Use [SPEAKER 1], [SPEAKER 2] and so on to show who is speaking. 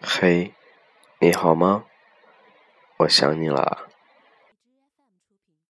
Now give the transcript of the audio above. [SPEAKER 1] 嘿，你好吗？我想你了。